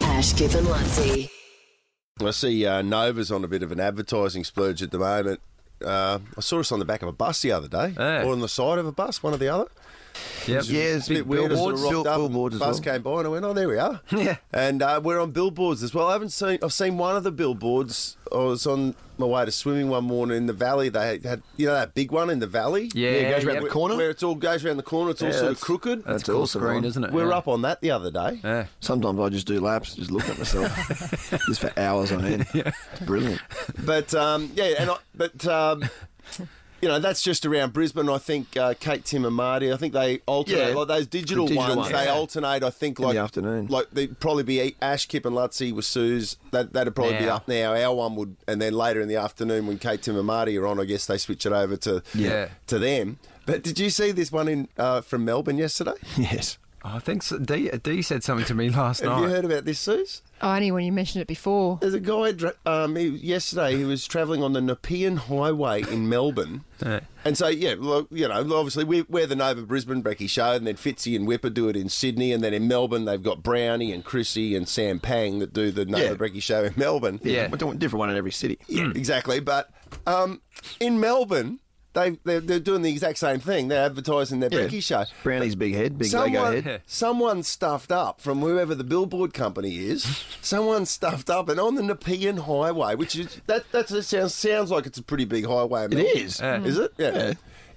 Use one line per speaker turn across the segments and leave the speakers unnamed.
Ashcliff and Lutzi.
I see uh, Nova's on a bit of an advertising splurge at the moment. Uh, I saw us on the back of a bus the other day,
Hey.
or on the side of a bus, one or the other.
Yep.
Yeah, it's a
Big
bit weird.
billboards.
As I rocked up,
Billboards as
bus
well.
came by and I went, "Oh, there we are."
Yeah.
and uh, we're on billboards as well. I haven't seen. I've seen one of the billboards. I was on my way to swimming one morning in the valley. They had, you know, that big one in the valley.
Yeah, Yeah, it goes round yeah. the
Where-
corner.
where it's all goes around the corner. It's all
Yeah,
sort of
that's-
crooked.
that's
It's cool
awesome,
screen,
one.
isn't it?
we were
Yeah.
up on that the other day.
Yeah.
Sometimes I just do laps, just look at myself, just for hours on end. It's brilliant.
But um, yeah, and I, but um, you know that's just around Brisbane. I think uh, Kate, Tim, and Marty. I think they alternate
Yeah.
like those digital,
The digital
ones.
ones.
They
Yeah.
alternate. I think
In
like
the afternoon.
Like they'd probably be Ash, Kip, and Lutzi with Sue's. That that'd probably be
Now.
up now. Our one would, and then later in the afternoon when Kate, Tim, and Marty are on, I guess they switch it over to
Yeah.
to them. But did you see this one in uh, from Melbourne yesterday?
Yes.
I think so. D, D said something to me last
Have
night.
you heard about this, Suze?
Oh, only when you mentioned it before.
There's a guy dr- um, he, yesterday who was travelling on the Nepean Highway in Melbourne.
Yeah.
And so, yeah, look, you know, obviously we, we're the Nova Brisbane Brecky show, and then Fitzy and Whipper do it in Sydney, and then in Melbourne they've got Brownie and Chrissy and Sam Pang that do the Nova
Yeah.
Brecky show in Melbourne.
Yeah. Mm.
We do a different one in every city.
Yeah, exactly. But um, in Melbourne, they, they're, they're doing the exact same thing. They're advertising their
Yeah.
Brecky show.
Brownie's big head, big Lego
Someone,
head.
someone stuffed up from whoever the billboard company is. someone stuffed up, and on the Nepean Highway, which is that that's, that sounds sounds like it's a pretty big highway. in
It
Melbourne.
is. Mm.
Is it? Yeah.
Yeah.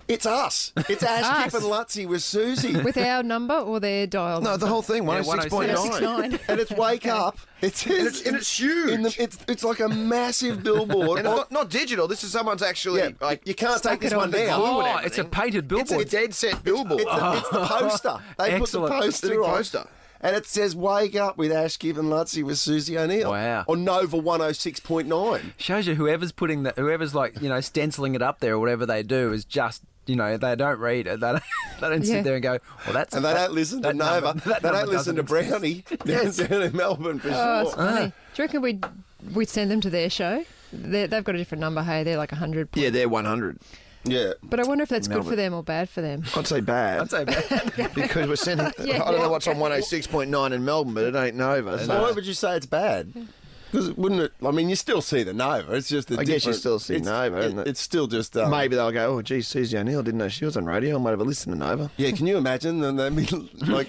It's us. It's Ash, Kip, and
Us.
Lutzi with Susie.
With our number or their dial?
No, the whole thing,
Yeah,
106.9.
106.9.
and it's wake up. It's and
it's- and it's huge.
In the, it's, it's like a massive billboard. Oh,
and it's not, not digital. This is someone's actually
yeah,
like
you can't take
stuck
this
it on
one
the
down.
glue
Oh,
and
it's a painted
it's a
billboard.
dead set billboard.
It's, the, it's the poster. They put the
Excellent.
poster
Big
on.
poster.
And it says "Wake Up" with Ash Gibb and Lutzi with Susie O'Neill.
Wow.
On Nova one hundred six point nine.
Shows you whoever's putting that, whoever's like you know stenciling it up there or whatever they do is just you know they don't read it. They don't, they don't
Yeah.
sit there and go, well that's
And they
that-
don't listen to
that
Nova.
number- that
they
number
don't listen
doesn't
to
exist."
Brownie down, down in Melbourne for
Oh, it's
sure.
Ah.
funny. Do you reckon we'd, we'd send them to their show? they they've got a different number, hey? They're like 100.
yeah, they're 100.
Yeah.
But I wonder if that's good
Melbourne.
for them or bad for them.
I'd say bad.
I'd say that.
because we're sending.
Yeah.
I don't know what's on 106.9 in Melbourne, but it ain't Nova.
So
So
why would you say it's bad? Because wouldn't it? I mean, you still see the Nova. It's just a
I guess you
different-
still see
it's-
Nova,
it-
isn't it?
It's still just um,
Maybe they'll go, oh, geez, Susie O'Neill didn't know she was on radio. I might have a listen to Nova.
Yeah, can you imagine? And I mean, like,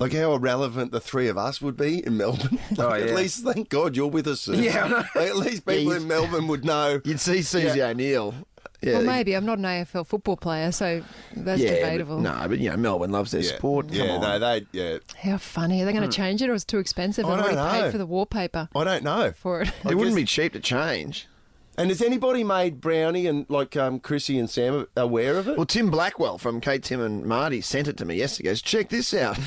like how irrelevant the three of us would be in Melbourne. Like,
Oh, yeah.
At least, thank God, you're with us. Sue.
Yeah, I know.
Like, at least people
you-
in Melbourne would know.
You'd see Susie O'Neill. Yeah,
Well, maybe. I'm not an AFL football player, so that's
yeah, but-
debatable.
no, but you know, Melbourne loves their
Yeah,
sport. Come
yeah,
on.
no, they, yeah.
How funny. Are they
Hmm.
going to change it or it's too expensive?
I
I've already
don't know.
paid for the wallpaper
I don't know.
for it.
it wouldn't be cheap to change.
And has anybody made Brownie and like um, Chrissy and Sam aware of it?
Well, Tim Blackwell from Kate, Tim, and Marty sent it to me yesterday. He Goes, check this out.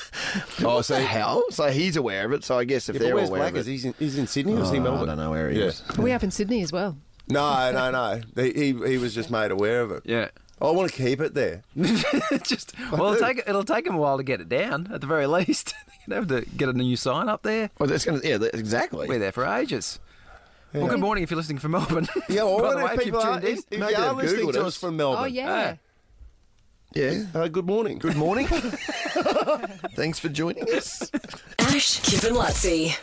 oh, so how? So he's aware of it. So I guess if
yeah, but
they're
where's
aware
Black?
of
Is
it,
he in, he's in Sydney or is he in
Oh, I
Melbourne?
don't know where he
Yeah.
is.
Are we up in Sydney as well?
No, no, no. He, he, he was just made aware of it.
Yeah.
I want to keep it there.
just well, it'll take it'll take them a while to get it down at the very least. They'd have to get a new sign up there.
Well, that's gonna. Yeah, that- exactly.
We're there for ages. Well, good morning if you're listening from Melbourne.
Yeah, well, I
By the
wonder
way,
if
if
people
you've
are,
tuned in.
if, if
Maybe
you are
they've
listening
Googled
to
us.
us from Melbourne.
Oh, yeah.
Ah. Yeah.
Uh, good morning.
Good morning. Thanks for joining us.
Ash, Kip and Lutzi.